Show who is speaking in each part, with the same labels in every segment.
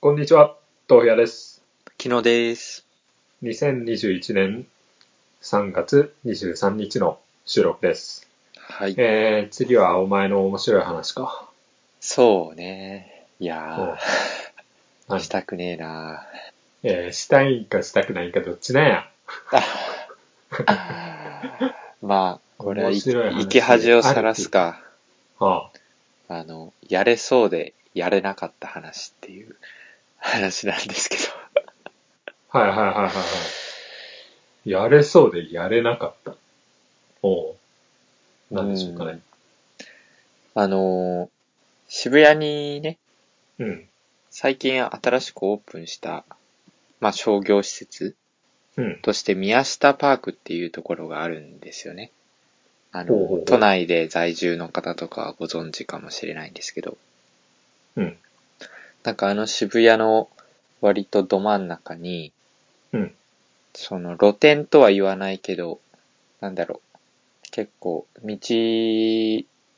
Speaker 1: こんにちは、豆腐屋です。
Speaker 2: 昨日です。
Speaker 1: 2021年3月23日の収録です。
Speaker 2: はい。
Speaker 1: えー、次はお前の面白い話か。
Speaker 2: そうね。い
Speaker 1: うん
Speaker 2: や
Speaker 1: 何
Speaker 2: ー、したくねえな
Speaker 1: えー、したいんかしたくないんかどっちなんや。
Speaker 2: まあ、これは
Speaker 1: 面白い話
Speaker 2: 生き恥をさらすか。
Speaker 1: ああ
Speaker 2: あの、やれそうでやれなかった話っていう 話なんですけど。
Speaker 1: はいはいはいはいはい。やれそうでやれなかった。おう。なんでしょうかね。
Speaker 2: あのー、渋谷にね、
Speaker 1: うん。
Speaker 2: 最近新しくオープンした、まあ商業施設
Speaker 1: うん。
Speaker 2: として宮下パークっていうところがあるんですよね。あの、
Speaker 1: ほうほうほう
Speaker 2: 都内で在住の方とかはご存知かもしれないんですけど。
Speaker 1: うん。
Speaker 2: なんかあの渋谷の割とど真ん中に、
Speaker 1: うん
Speaker 2: その露店とは言わないけど、なんだろう。結構、道、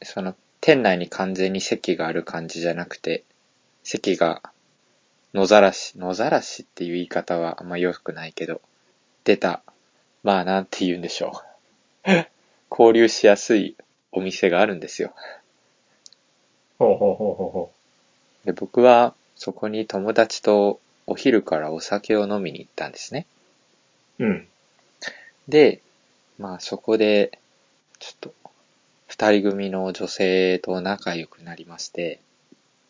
Speaker 2: その店内に完全に席がある感じじゃなくて、席が野ざらし、野ざらしっていう言い方はあんま良くないけど、出た、まあなんて言うんでしょう。 交流しやすいお店があるんですよ。
Speaker 1: ほうほうほうほうほ
Speaker 2: で僕はそこに友達とお昼からお酒を飲みに行ったんですね。
Speaker 1: う。うん。
Speaker 2: で、まあそこで、ちょっと、二人組の女性と仲良くなりまして、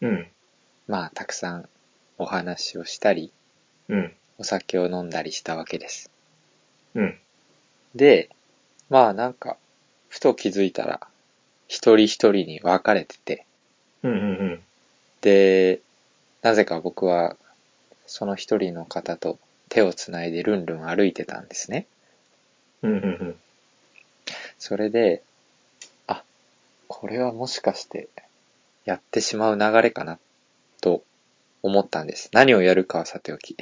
Speaker 1: うん。
Speaker 2: まあたくさんお話をしたり、
Speaker 1: うん。
Speaker 2: お酒を飲んだりしたわけです。
Speaker 1: うん。
Speaker 2: で、まあなんか、ふと気づいたら、一人一人に分かれてて、
Speaker 1: うんうんうん。
Speaker 2: で、なぜか僕は、その一人の方と手をつないでルンルン歩いてたんですね。
Speaker 1: うんうんうん。
Speaker 2: それで、あ、これはもしかして、やってしまう流れかな、と思ったんです。何をやるかはさておき。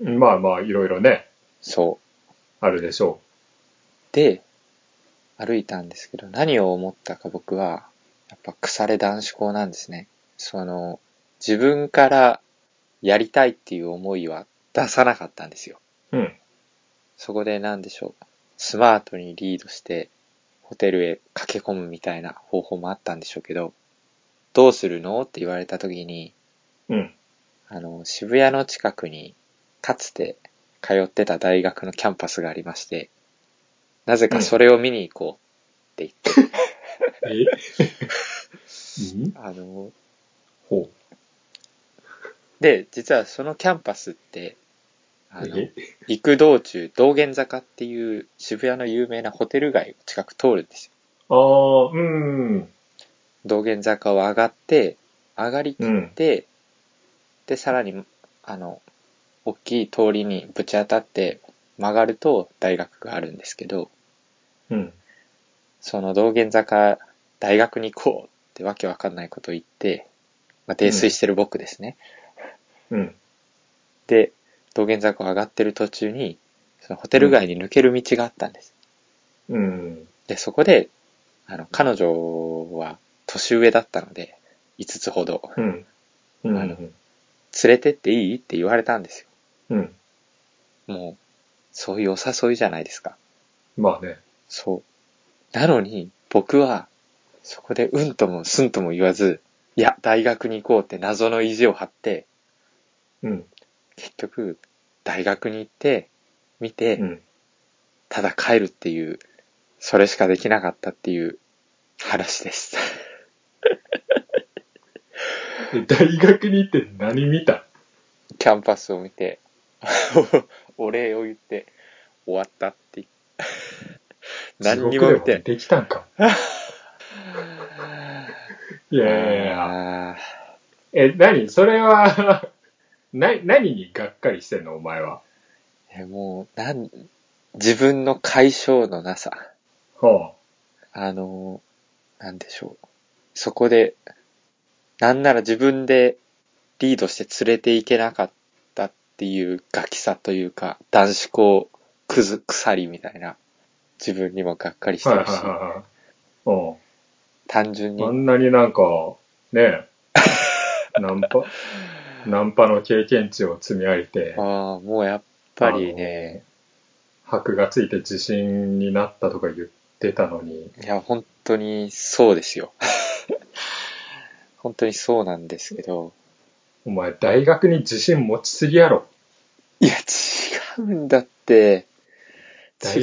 Speaker 1: うんまあまあ、いろいろね、
Speaker 2: そう。
Speaker 1: あるでしょ
Speaker 2: で、歩いたんですけど、何を思ったか僕は、やっぱ腐れ男子校なんですね。その、自分からやりたいっていう思いは出さなかったんですよ。
Speaker 1: う。うん。
Speaker 2: そこで何でしょう。スマートにリードして、ホテルへ駆け込むみたいな方法もあったんでしょうけど、どうするのって言われた時に、
Speaker 1: うん。
Speaker 2: あの、渋谷の近くに、かつて通ってた大学のキャンパスがありまして、なぜかそれを見に行こうって言って、
Speaker 1: え うん
Speaker 2: あの、
Speaker 1: ほ
Speaker 2: で、実はそのキャンパスって、あ
Speaker 1: う。
Speaker 2: の、
Speaker 1: え
Speaker 2: 行く道中、道玄坂っていう渋谷の有名なホテル街を近く通るんですよ。
Speaker 1: ああ、うん。
Speaker 2: 道玄坂を上がって、上がりき
Speaker 1: うん
Speaker 2: っ。て、で、さらに、あの、大きい通りにぶち当たって曲がると大学があるんですけど、
Speaker 1: うん。
Speaker 2: その道玄坂、大学に行こうってわけわかんないことを言って、まあ、泥酔してる僕ですね。
Speaker 1: うん。
Speaker 2: で、道玄坂を上がってる途中に、そのホテル街に抜ける道があったんです。
Speaker 1: うん。
Speaker 2: で、そこで、あの、彼女は年上だったので、5つほど、
Speaker 1: うん。うん。
Speaker 2: あの連れてっていいって言われたんです
Speaker 1: うん。
Speaker 2: よ。もう、そういうお誘いじゃないですか。
Speaker 1: まあね。
Speaker 2: そう。なのに、僕は、そこでうんともすんとも言わず、いや、大学に行こうって謎の意地を張って、
Speaker 1: うん。
Speaker 2: 結局、大学に行って、見て、
Speaker 1: うん。
Speaker 2: ただ帰るっていう、それしかできなかったっていう話です。
Speaker 1: え大学に行って何見た
Speaker 2: キャンパスを見て、 お礼を言って、終わったって。何にも見てな い。
Speaker 1: 地獄でできたんか。いやいやいや。
Speaker 2: あー
Speaker 1: え、何それは な、何にがっかりしてんのお前は。
Speaker 2: えもう、なん、自分の解消のなさ。
Speaker 1: ほ
Speaker 2: あのー、なんでしょう。そこで、なんなら自分でリードして連れていけなかったっていうガキさというか、男子校くず、鎖みたいな、自分にもがっかりし
Speaker 1: う。
Speaker 2: て
Speaker 1: はいは
Speaker 2: る
Speaker 1: い
Speaker 2: し、
Speaker 1: はいはい。ほ
Speaker 2: 単純
Speaker 1: う
Speaker 2: に
Speaker 1: ん。あんなになんか、ねえ。ナンパ、ナンパの経験値を積み上げて、
Speaker 2: ああ、もうやっぱりね、
Speaker 1: 箔がついて自信になったとか言ってたのに、
Speaker 2: いや、本当にそうですよ。 本当にそうなんですけど、
Speaker 1: お前大学に自信持ちすぎやろ。
Speaker 2: いや、違うんだって、違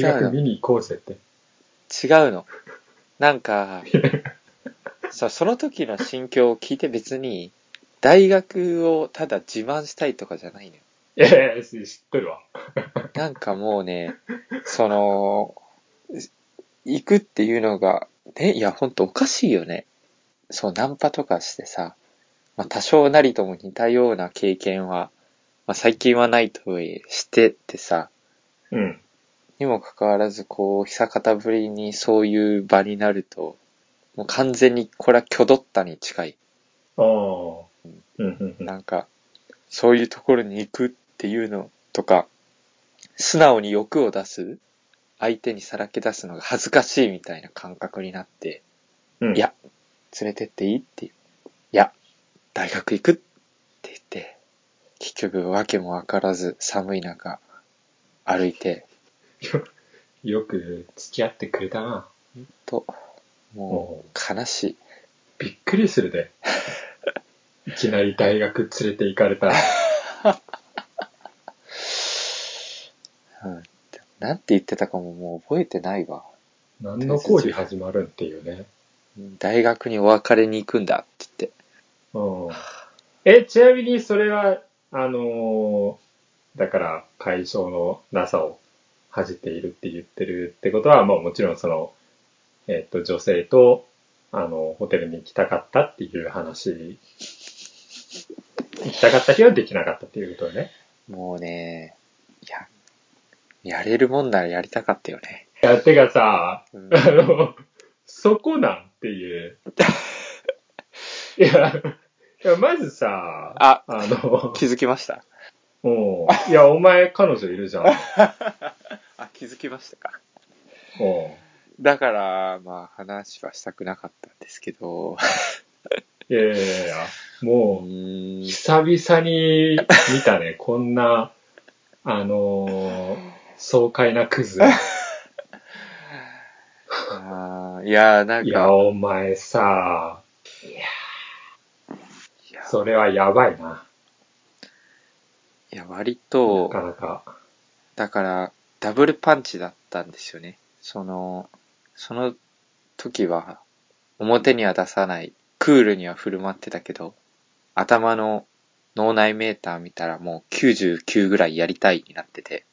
Speaker 1: 大学
Speaker 2: うの。
Speaker 1: 見に行こうぜって。
Speaker 2: 違うの。なんか、そうその時の心境を聞いて別に、大学をただ自慢したいとかじゃないのよ。
Speaker 1: ええ知っとるわ。
Speaker 2: なんかもうね、その、行くっていうのが、ね、いや、ほんとおかしいよね。そう、ナンパとかしてさ、まあ、多少なりとも似たような経験は、まあ、最近はないとはいえ、してってさ、
Speaker 1: うん。
Speaker 2: にもかかわらず、こう、久方ぶりにそういう場になると、もう完全に、これは挙取ったに近い。
Speaker 1: ああ。うんうんうん。
Speaker 2: なんか、そういうところに行くっていうのとか、素直に欲を出す、相手にさらけ出すのが恥ずかしいみたいな感覚になって、
Speaker 1: うん
Speaker 2: いや、連れてっていいっていう。いや、大学行くって言って、結局訳もわからず寒い中、歩いて、
Speaker 1: よく付き合ってくれたな。
Speaker 2: と、もう悲しい。
Speaker 1: びっくりする で。いきなり大学連れて行か れたら。
Speaker 2: うん。なんて言ってたかももう覚えてないわ。
Speaker 1: 何の講義始まるんっていうね。
Speaker 2: 大学にお別れに行くんだって言って。
Speaker 1: うん。え、ちなみにそれは、あのーだから、解消のなさを恥じているって言ってるってことは、まあもちろんその、えっ、と、女性と、あの、ホテルに行きたかったっていう話。行きたかったけどできなかったっていうことね。
Speaker 2: もうね、いや、やれるもんならやりたかったよね。
Speaker 1: いや、てかさ、
Speaker 2: うん
Speaker 1: あの、そこなんっていう。いや、いやまずさ、
Speaker 2: あ、
Speaker 1: あの、
Speaker 2: 気づきました
Speaker 1: うんいや、お前彼女いるじゃん。うん
Speaker 2: あ、気づきましたか。だから、まあ話はしたくなかったんです けど、
Speaker 1: いやいやいや、
Speaker 2: う
Speaker 1: もう、
Speaker 2: ーん、
Speaker 1: 久々に見た ね、こんな、あのー爽快なクズ。
Speaker 2: あーいや、なんか、
Speaker 1: いや、お前さ、
Speaker 2: いや
Speaker 1: それはやばいな。
Speaker 2: いや割
Speaker 1: な
Speaker 2: と、
Speaker 1: かなか。
Speaker 2: だから、ダブルパンチだったんですよね。その、その時は、表には出さない、クールには振る舞ってたけど、頭の脳内メーター見たらもう99ぐらいやりたいになってて。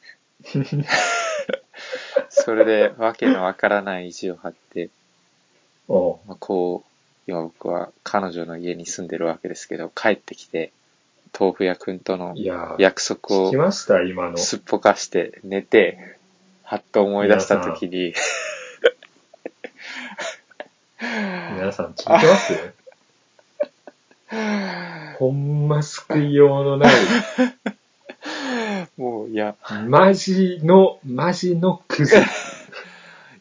Speaker 2: それで、わけのわからない意地を張って、
Speaker 1: お
Speaker 2: まあ、こう、今僕は彼女の家に住んでるわけですけど、帰ってきて、豆腐屋くんとの
Speaker 1: いや、
Speaker 2: 約束
Speaker 1: 聞
Speaker 2: を
Speaker 1: きました、今の。
Speaker 2: すっぽかして寝て、はっと思い出した時に、
Speaker 1: 皆さん聞いてます ほんま救いようのない、
Speaker 2: もう、いや、
Speaker 1: マジの、マジのクズ。
Speaker 2: い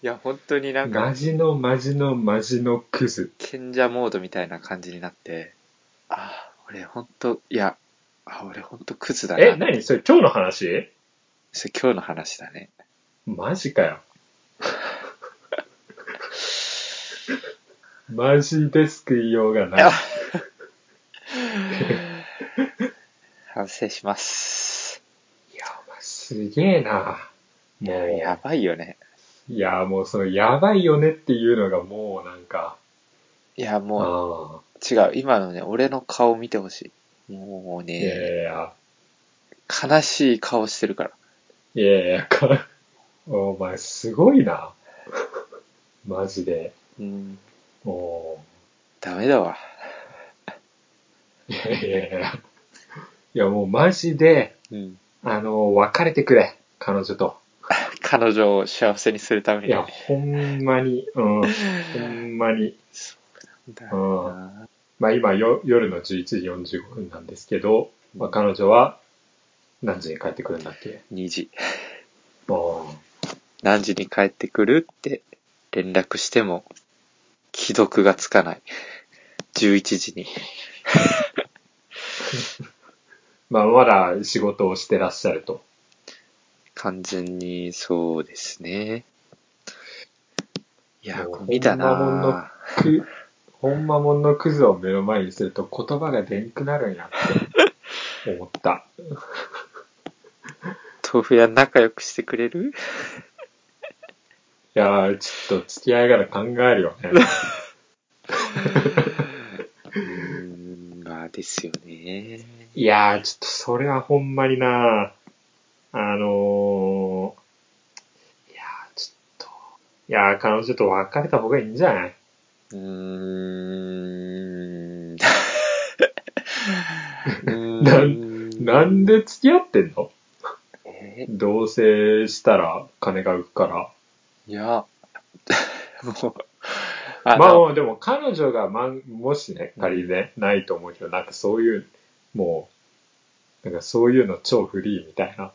Speaker 2: や、本当になん
Speaker 1: マ
Speaker 2: か、
Speaker 1: ジの、マジの、マジのクズ。
Speaker 2: 賢者モードみたいな感じになって、ああ、俺本当、いや、あ、俺本当クズだ
Speaker 1: え、
Speaker 2: な。
Speaker 1: 何それ今日の話
Speaker 2: それ今日の話だね。
Speaker 1: マジかよ。マジで救いようがない。
Speaker 2: 反省します。
Speaker 1: すげえな。もう、
Speaker 2: やばいよね。
Speaker 1: いや、もうその、やばいよねっていうのがもうなんか、
Speaker 2: いや、
Speaker 1: ああ、
Speaker 2: もう、違う。今のね、俺の顔見てほしい。もう
Speaker 1: いやい
Speaker 2: ね、
Speaker 1: やいや。
Speaker 2: 悲しい顔してるから。
Speaker 1: いやいや、か、お前すごいな。マジで。
Speaker 2: うん、
Speaker 1: お
Speaker 2: ダメだわ。
Speaker 1: いやいやいや。いやもうマジで、
Speaker 2: うん。
Speaker 1: あの、別れてくれ。彼女と。
Speaker 2: 彼女を幸せにするため
Speaker 1: い
Speaker 2: に。
Speaker 1: や、ほんまに、うん、ほんまに。
Speaker 2: だ
Speaker 1: う。
Speaker 2: なん
Speaker 1: まあ今よ、夜の11時45分なんですけど、まあ彼女は何時に帰ってくるんだっけ
Speaker 2: 2時。
Speaker 1: お
Speaker 2: 何時に帰ってくるって連絡しても、既読がつかない。11時に。
Speaker 1: まあ、まだ仕事をしてらっしゃると。
Speaker 2: 完全にそうですね。いや、
Speaker 1: もう
Speaker 2: ゴミだ
Speaker 1: ほんまもんの
Speaker 2: な
Speaker 1: く、ほんまもんのクズを目の前にすると言葉が出んくなるんやって思った。
Speaker 2: 豆腐屋仲良くしてくれる
Speaker 1: いやー、ちょっと付き合いから考えるよね。
Speaker 2: うーん、まあですよね。
Speaker 1: いやー、ちょっとそれはほんまになあのー、いやー、ちょっと、いやー、彼女と別れた方がいいんじゃないう
Speaker 2: ーん。うーん
Speaker 1: なんで付き合ってんの
Speaker 2: え
Speaker 1: 同棲したら金が浮くから。
Speaker 2: いや、もう、あ
Speaker 1: まあ
Speaker 2: の、
Speaker 1: もうでも彼女が、まん、もしね、仮にね、ないと思うけど、なんかそういう、もう、なんかそういうの超フリーみたいな。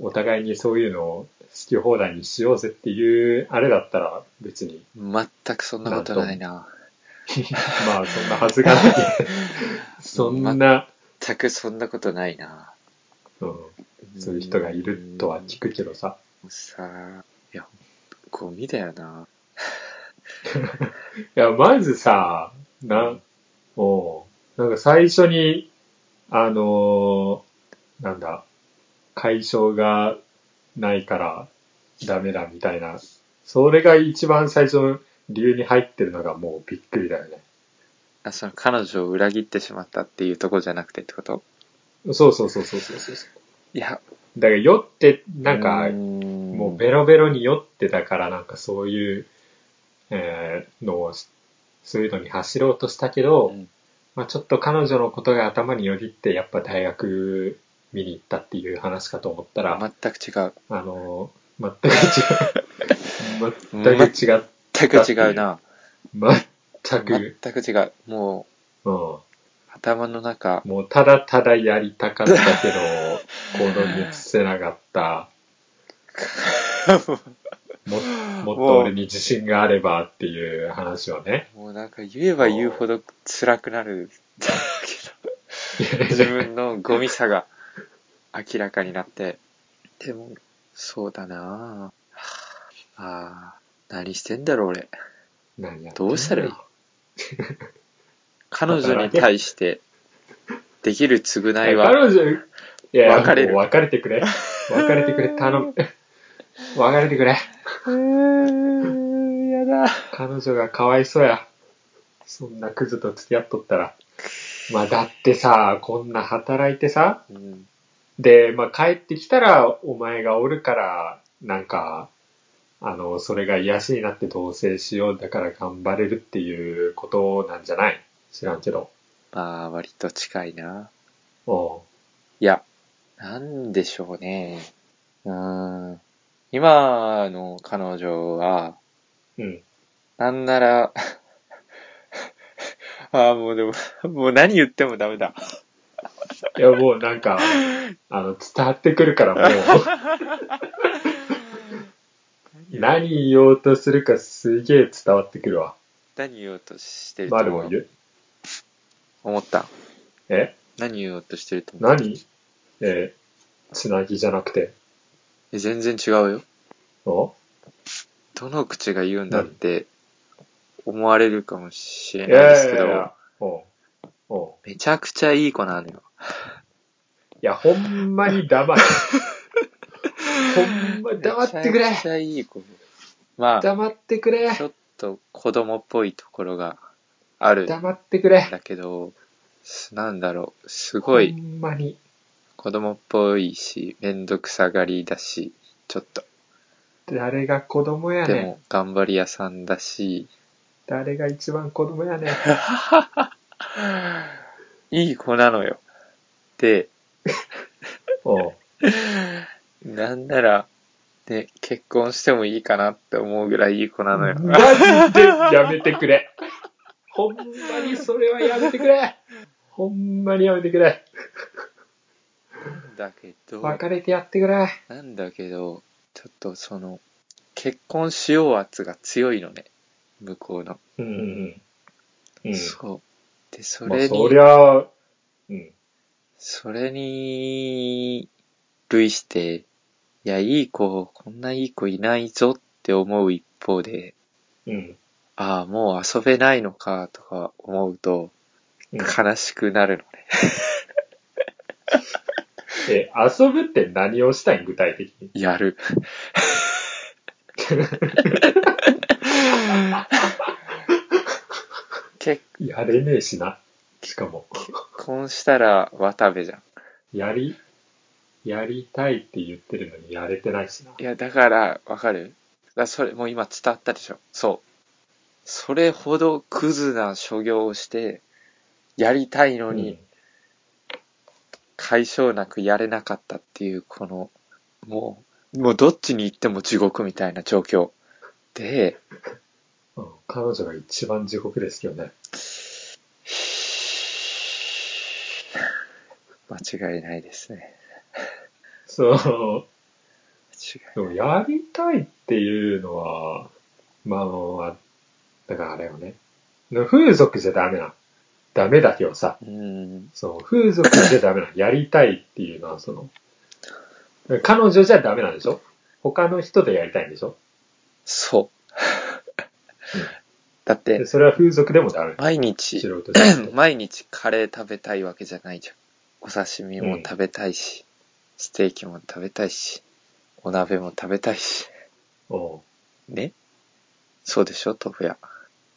Speaker 1: お互いにそういうのを好き放題にしようぜっていう、あれだったら別に、
Speaker 2: 全くそんなことないな。
Speaker 1: まあそんなはずがない。 そんな、
Speaker 2: 全くそんなことないな。
Speaker 1: うん、そういう人がいるとは聞くけどさ。
Speaker 2: さあ、いや、ゴミだよな。
Speaker 1: いや、まずさ、な、もう、なんか最初に、あのーなんだ、解消がないからダメだみたいな、それが一番最初の理由に入ってるのがもうびっくりだよね。
Speaker 2: あ、その彼女を裏切ってしまったっていうとこじゃなくてってこと
Speaker 1: そうそうそうそうそうそう。
Speaker 2: いや、
Speaker 1: だから酔って、なんか、も
Speaker 2: も
Speaker 1: うベロベロに酔ってたから、なんかそういう、えーのをし、そういうのに走ろうとしたけど、
Speaker 2: うん
Speaker 1: まあちょっと彼女のことが頭によぎって、やっぱ大学見に行ったっていう話かと思ったら、
Speaker 2: 全く違う。
Speaker 1: あのー、 全く違う。全く違う。
Speaker 2: 全く違うな。
Speaker 1: 全く、
Speaker 2: 全く違う。も
Speaker 1: うん。
Speaker 2: う、頭の中、
Speaker 1: もうただただやりたかったけど、行動に移せなかった。ももっと俺に自信があればっていう話をね。
Speaker 2: もうなんか言えば言うほど辛くなるけど、自分のゴミさが明らかになって。でも、そうだなぁ。ああ、何してんだろう俺。
Speaker 1: 何やってんの
Speaker 2: どうしたらいい 彼女に対してできる償い
Speaker 1: 彼
Speaker 2: は、
Speaker 1: 女、いや、
Speaker 2: 別れる
Speaker 1: もう別れてくれ。別れてくれ、頼む。別れてくれ。
Speaker 2: うーん、やだ。
Speaker 1: 彼女がかわいそうや。そんなクズと付き合っとったら。まあ、だってさ、こんな働いてさ、
Speaker 2: うん、
Speaker 1: で、まあ、帰ってきたら、お前がおるから、なんか、あの、それが癒しになって同棲しよう、だから頑張れるっていうことなんじゃない知らんけど。
Speaker 2: まあ、割と近いな。
Speaker 1: おう
Speaker 2: いや、なんでしょうね。うーん。今の彼女は、
Speaker 1: うん。
Speaker 2: なんなら、 ああ、もうでも、もう何言ってもダメだ。
Speaker 1: いや、もうなん か、あの、伝わってくるから、もう。何言おうとするかすげえ伝わってくるわ。
Speaker 2: 何言おうとしてると
Speaker 1: 丸
Speaker 2: 思
Speaker 1: を
Speaker 2: う
Speaker 1: 言う。
Speaker 2: 思った。
Speaker 1: え
Speaker 2: 何言おうとしてると思う
Speaker 1: 何えー、つなぎじゃなくて。
Speaker 2: え全然違うよ。
Speaker 1: お
Speaker 2: どの口が言うんだって思われるかもしれ
Speaker 1: い
Speaker 2: ないですけ
Speaker 1: や
Speaker 2: ど、
Speaker 1: いやいやおうおう
Speaker 2: めちゃくちゃいい子なのよ。
Speaker 1: いや、ほんまに黙れ。ほんま黙ってくれ
Speaker 2: めちゃくちゃいい子。まあ、
Speaker 1: 黙ってくれ
Speaker 2: ちょっと子供っぽいところがあるん
Speaker 1: 黙ってくれ
Speaker 2: だけど、なんだろう、すごい
Speaker 1: ほんまに
Speaker 2: 子供っぽいし、めんどくさがりだし、ちょっと。
Speaker 1: 誰が子供や
Speaker 2: で
Speaker 1: ねん
Speaker 2: も、頑張り屋さんだし、
Speaker 1: 誰が一番子供や ねん
Speaker 2: いい子なのよ。で、
Speaker 1: おう
Speaker 2: なんなら、ね、結婚してもいいかなって思うぐらいいい子なのよ。
Speaker 1: マジでやめてくれ。ほんまにそれはやめてくれ。ほんまにやめてくれ。
Speaker 2: だけど、
Speaker 1: 別れてやってくれ。
Speaker 2: なんだけど、ちょっとその、結婚しよう圧が強いのね。向こうの。
Speaker 1: うんうんうん。うん。
Speaker 2: そう。で、そ
Speaker 1: まあ、
Speaker 2: れ
Speaker 1: そ
Speaker 2: に
Speaker 1: り、ゃあ、うん。
Speaker 2: それに、類して、いや、いい子、こんないい子いないぞって思う一方で、
Speaker 1: うん。
Speaker 2: ああ、もう遊べないのかとか思うと、
Speaker 1: うん
Speaker 2: 悲しくなるのね。
Speaker 1: え、遊ぶって何をしたいん具体的に。
Speaker 2: やる。結
Speaker 1: やれねえしな。しかも。
Speaker 2: 婚したら渡部じゃん。
Speaker 1: やり、やりたいって言ってるのにやれてないしな。
Speaker 2: いや、だから、わかるだからそれ、もう今伝わったでしょ。そう。それほどクズな所業をして、やりたいのに、解消なくやれなかったっていう、この、もう、もうどっちに行っても地獄みたいな状況。で、
Speaker 1: うん、うん彼女が一番地獄ですけどね。
Speaker 2: 間違いないですね。
Speaker 1: そう。
Speaker 2: 間違い
Speaker 1: でもやりたいっていうのは、まあまあ、だからあれよね。風俗じゃダメな。ダメだけどさ、
Speaker 2: うん。
Speaker 1: そう、風俗じゃダメな。 やりたいっていうのは、その、彼女じゃダメなんでしょ他の人でやりたいんでしょう
Speaker 2: そう
Speaker 1: ん。
Speaker 2: だっ
Speaker 1: で
Speaker 2: て、
Speaker 1: それは風俗でもダメ。
Speaker 2: 毎
Speaker 1: 素
Speaker 2: 日、
Speaker 1: 人じゃなく て
Speaker 2: 毎日カレー食べたいわけじゃないじゃん。お刺身も食べたいし、ステーキも食べたいし、お鍋も食べたいし。
Speaker 1: おう
Speaker 2: ねそうでしょ豆腐屋。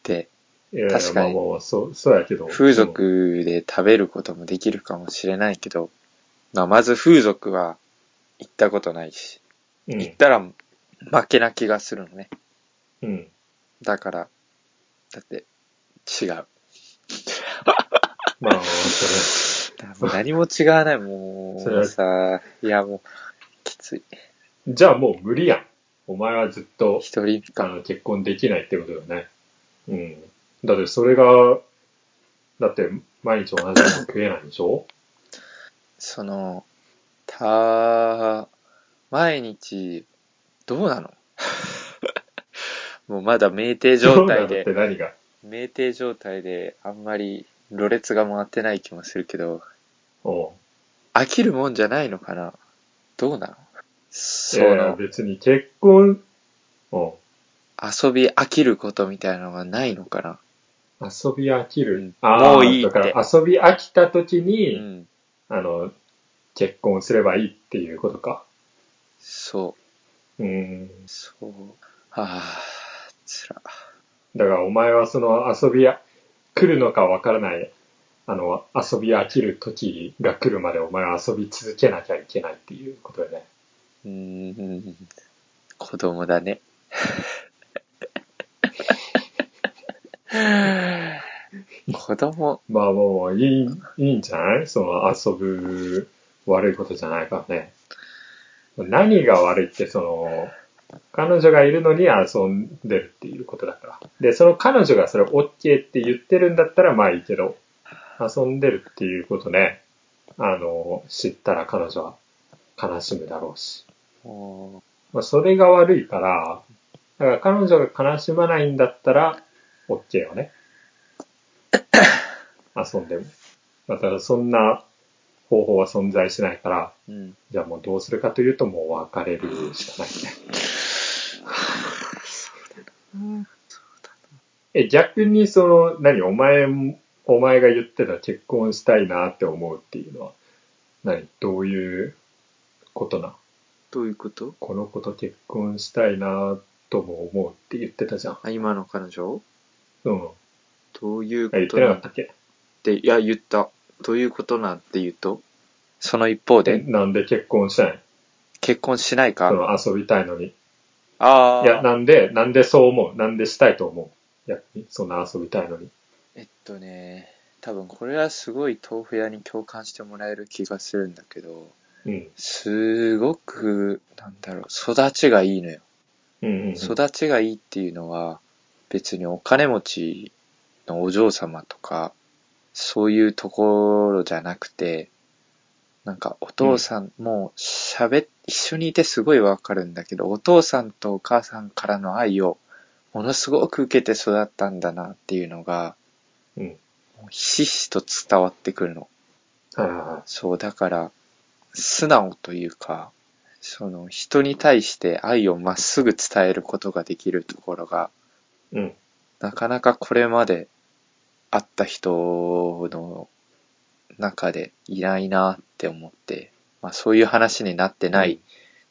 Speaker 2: で、
Speaker 1: いやいや
Speaker 2: 確かに
Speaker 1: まあまあまあ、そう、そうやけど。
Speaker 2: 風俗で食べることもできるかもしれないけど、まあ、まず風俗は行ったことないし、
Speaker 1: うん。
Speaker 2: 行ったら負けな気がするのね。
Speaker 1: うん。
Speaker 2: だから、だって、違 う。
Speaker 1: まあまあ、そ
Speaker 2: もう何も違わない、も
Speaker 1: それ
Speaker 2: う
Speaker 1: は
Speaker 2: さ、いやもう、きつい。
Speaker 1: れ。じゃあもう無理やん。お前はずっと、
Speaker 2: 一人
Speaker 1: あ
Speaker 2: 間、
Speaker 1: の結婚できないってことよね。うん。だってそれが、だって毎日同じもの食えないでしょ
Speaker 2: その、た、毎日、どうなのもうまだ酩酊
Speaker 1: そう
Speaker 2: 状態
Speaker 1: なのっ
Speaker 2: で
Speaker 1: て、何が。
Speaker 2: 酩酊状態であんまりろれつが回ってない気もするけど、
Speaker 1: おう
Speaker 2: 飽きるもんじゃないのかなどうなの
Speaker 1: い
Speaker 2: そ
Speaker 1: やいや
Speaker 2: の、
Speaker 1: 別に結婚、おう
Speaker 2: 遊び飽きることみたいなのがないのかな
Speaker 1: 遊び飽きる。
Speaker 2: うん
Speaker 1: あー
Speaker 2: もういいって
Speaker 1: だから遊び飽きた時
Speaker 2: う
Speaker 1: に、
Speaker 2: ん。
Speaker 1: あの、結婚すればいいっていうことか。
Speaker 2: そ
Speaker 1: うん。
Speaker 2: う、そう。ああ、つら。
Speaker 1: だからお前はその遊びや、来るのかわからない、あの、遊び飽きる時が来るまでお前は遊び続けなきゃいけないっていうことだよね。
Speaker 2: うーん、子供だ ね。子供、
Speaker 1: まあもういい、いいんじゃないその遊ぶ悪いことじゃないからね。何が悪いってその、彼女がいるのに遊んでるっていうことだから。で、その彼女がそれ OK って言ってるんだったらまあいいけど、遊んでるっていうことね、あの、知ったら彼女は悲しむだろうし。
Speaker 2: も
Speaker 1: まあそれが悪いから、だから彼女が悲しまないんだったら、OK よね。遊んでも。だからそんな方法は存在しないから、
Speaker 2: う、うん、
Speaker 1: じゃあもうどうするかというともう別れるしかないね。え、逆にその、何、お前も、お前が言ってた結婚したいなって思うっていうのは、何、どういうことな
Speaker 2: どういうこと
Speaker 1: この子と結婚したいなとも思うって言ってたじゃん。
Speaker 2: あ今の彼女
Speaker 1: うん。あ
Speaker 2: どういうこ
Speaker 1: 言っ
Speaker 2: と
Speaker 1: てな
Speaker 2: な
Speaker 1: か
Speaker 2: ん
Speaker 1: ったっけ
Speaker 2: て、いや、言った。どういうことなんて言うと、その一方で、
Speaker 1: なんで結婚したい
Speaker 2: 結婚しないか、
Speaker 1: のその遊びたいのに。
Speaker 2: あ
Speaker 1: いや、
Speaker 2: あ、
Speaker 1: なんで、なんでそう思うなんでしたいと思ういや、そんな遊びたいのに。
Speaker 2: えっとね、多分これはすごい豆腐屋に共感してもらえる気がするんだけど、
Speaker 1: うん。
Speaker 2: すごく、なんだろう、育ちがいいのよ。
Speaker 1: うんうん、うん。
Speaker 2: 育ちがいいっていうのは、別にお金持ちのお嬢様とか、そういうところじゃなくて、なんかお父さん、もう喋っ、一緒にいてすごいわかるんだけど、お父さんとお母さんからの愛をものすごく受けて育ったんだなっていうのが、
Speaker 1: うん
Speaker 2: もうひしひしと伝わってくるの。
Speaker 1: はいは
Speaker 2: そう、だから、素直というか、その人に対して愛をまっすぐ伝えることができるところが、
Speaker 1: いはい。うん。
Speaker 2: なかなかこれまで会った人の中でいないなって思って、まあそういう話になってない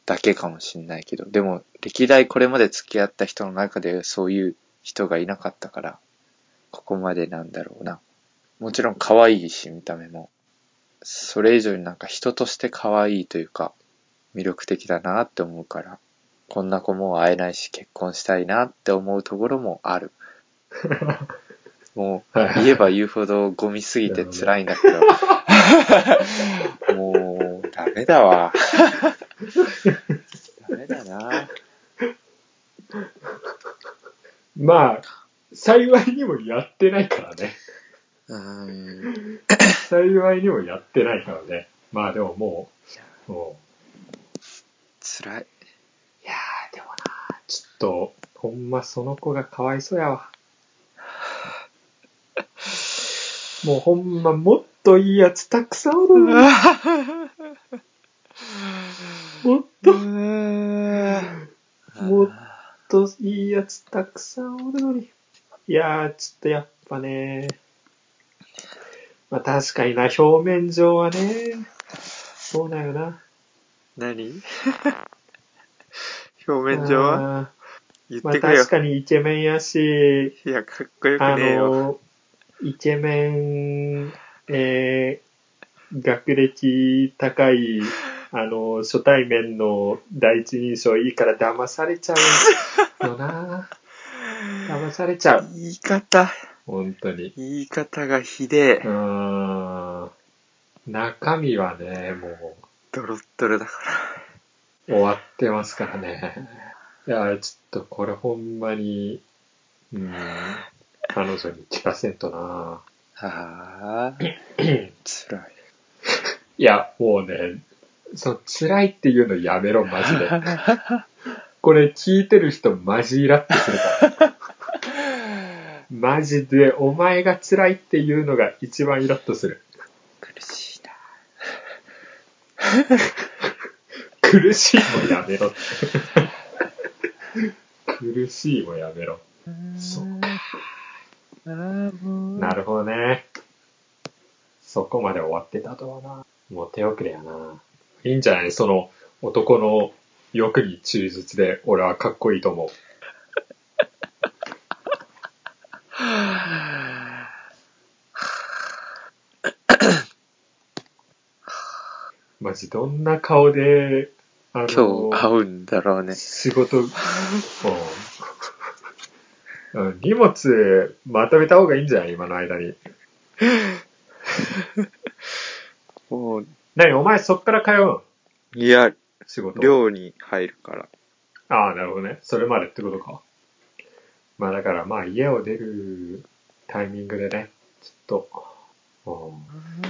Speaker 2: だけかもしれないけど、でも歴代これまで付き合った人の中でそういう人がいなかったから、ここまでなんだろうな。もちろん可愛いし、見た目も。それ以上になんか人として可愛いというか、魅力的だなって思うから、こんな子もう会えないし結婚したいなって思うところもある。もう、
Speaker 1: はいはい
Speaker 2: 言えば言うほどゴミすぎて辛いんだ けど。もう、ダメだわ。ダメだな。
Speaker 1: まあ、幸いにもやってないからね。
Speaker 2: うーん。
Speaker 1: 幸いにもやってないからね。まあでももう、も
Speaker 2: 辛い。
Speaker 1: う、いやーでもなちょっと、ほんまその子がかわいそうやわ。もうほんまもっといいやつたくさんおるのにもっ
Speaker 2: う
Speaker 1: と、もっ
Speaker 2: ーん
Speaker 1: もうといいやつたくさんおるのに。いやーちょっとやっぱねまあ確かにな、表面上はねそうだよな。
Speaker 2: 何 表面上は
Speaker 1: あー
Speaker 2: 言っ
Speaker 1: まあ
Speaker 2: てくれよ
Speaker 1: 確。かにイケメンやし、
Speaker 2: いや、かっこよ
Speaker 1: あ
Speaker 2: くねえよ。
Speaker 1: の、イケメン、えー、学歴高い、あの、初対面の第一印象いいから騙されちゃうよ な騙されちゃう。
Speaker 2: 言い方、
Speaker 1: 本当に。
Speaker 2: 言い方がひで
Speaker 1: う
Speaker 2: え。
Speaker 1: ーん。中身はね、もう、
Speaker 2: ドロッドロ だから。
Speaker 1: 終わってますからね。いや、ちょっとこれほんまに、うん、彼女に聞かせんとな
Speaker 2: ああ、辛い。
Speaker 1: いや、もうね、その辛いっていうのやめろ、マジで。これ聞いてる人マジイラってするから。マジで、お前が辛いっていうのが一番イラッとする。
Speaker 2: 苦しいな。
Speaker 1: 苦しいもやめろって。苦しいもやめろ。そう
Speaker 2: か。あーもう
Speaker 1: なるほどね。そこまで終わってたとはな。もう手遅れやな。いいんじゃないその男の欲に忠実で俺はかっこいいと思う。マジどんな顔で、あの
Speaker 2: 今日会うんだろうね。
Speaker 1: 仕事、うん うん荷物まとめた方がいいんじゃない今の間に。
Speaker 2: もう、
Speaker 1: 何お前そっから通うの
Speaker 2: いや、
Speaker 1: 仕事。
Speaker 2: 寮に入るから。
Speaker 1: ああ、なるほどね。それまでってことか。まあだから、まあ家を出るタイミングでね、ちょっと、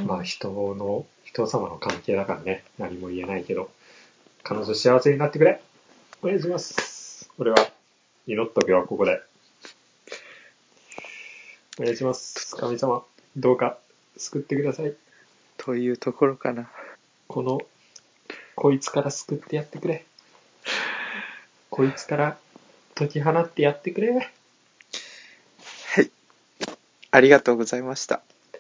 Speaker 1: うん、まあ人の、人様の関係だからね、何も言えないけど、彼女幸せになってくれ。お願いします。俺は、祈っとくよ、ここで。お願いします。神様、どうか救ってください。
Speaker 2: というところかな。
Speaker 1: この、こいつから救ってやってくれ。こいつから解き放ってやってくれ。
Speaker 2: ありがとうございました。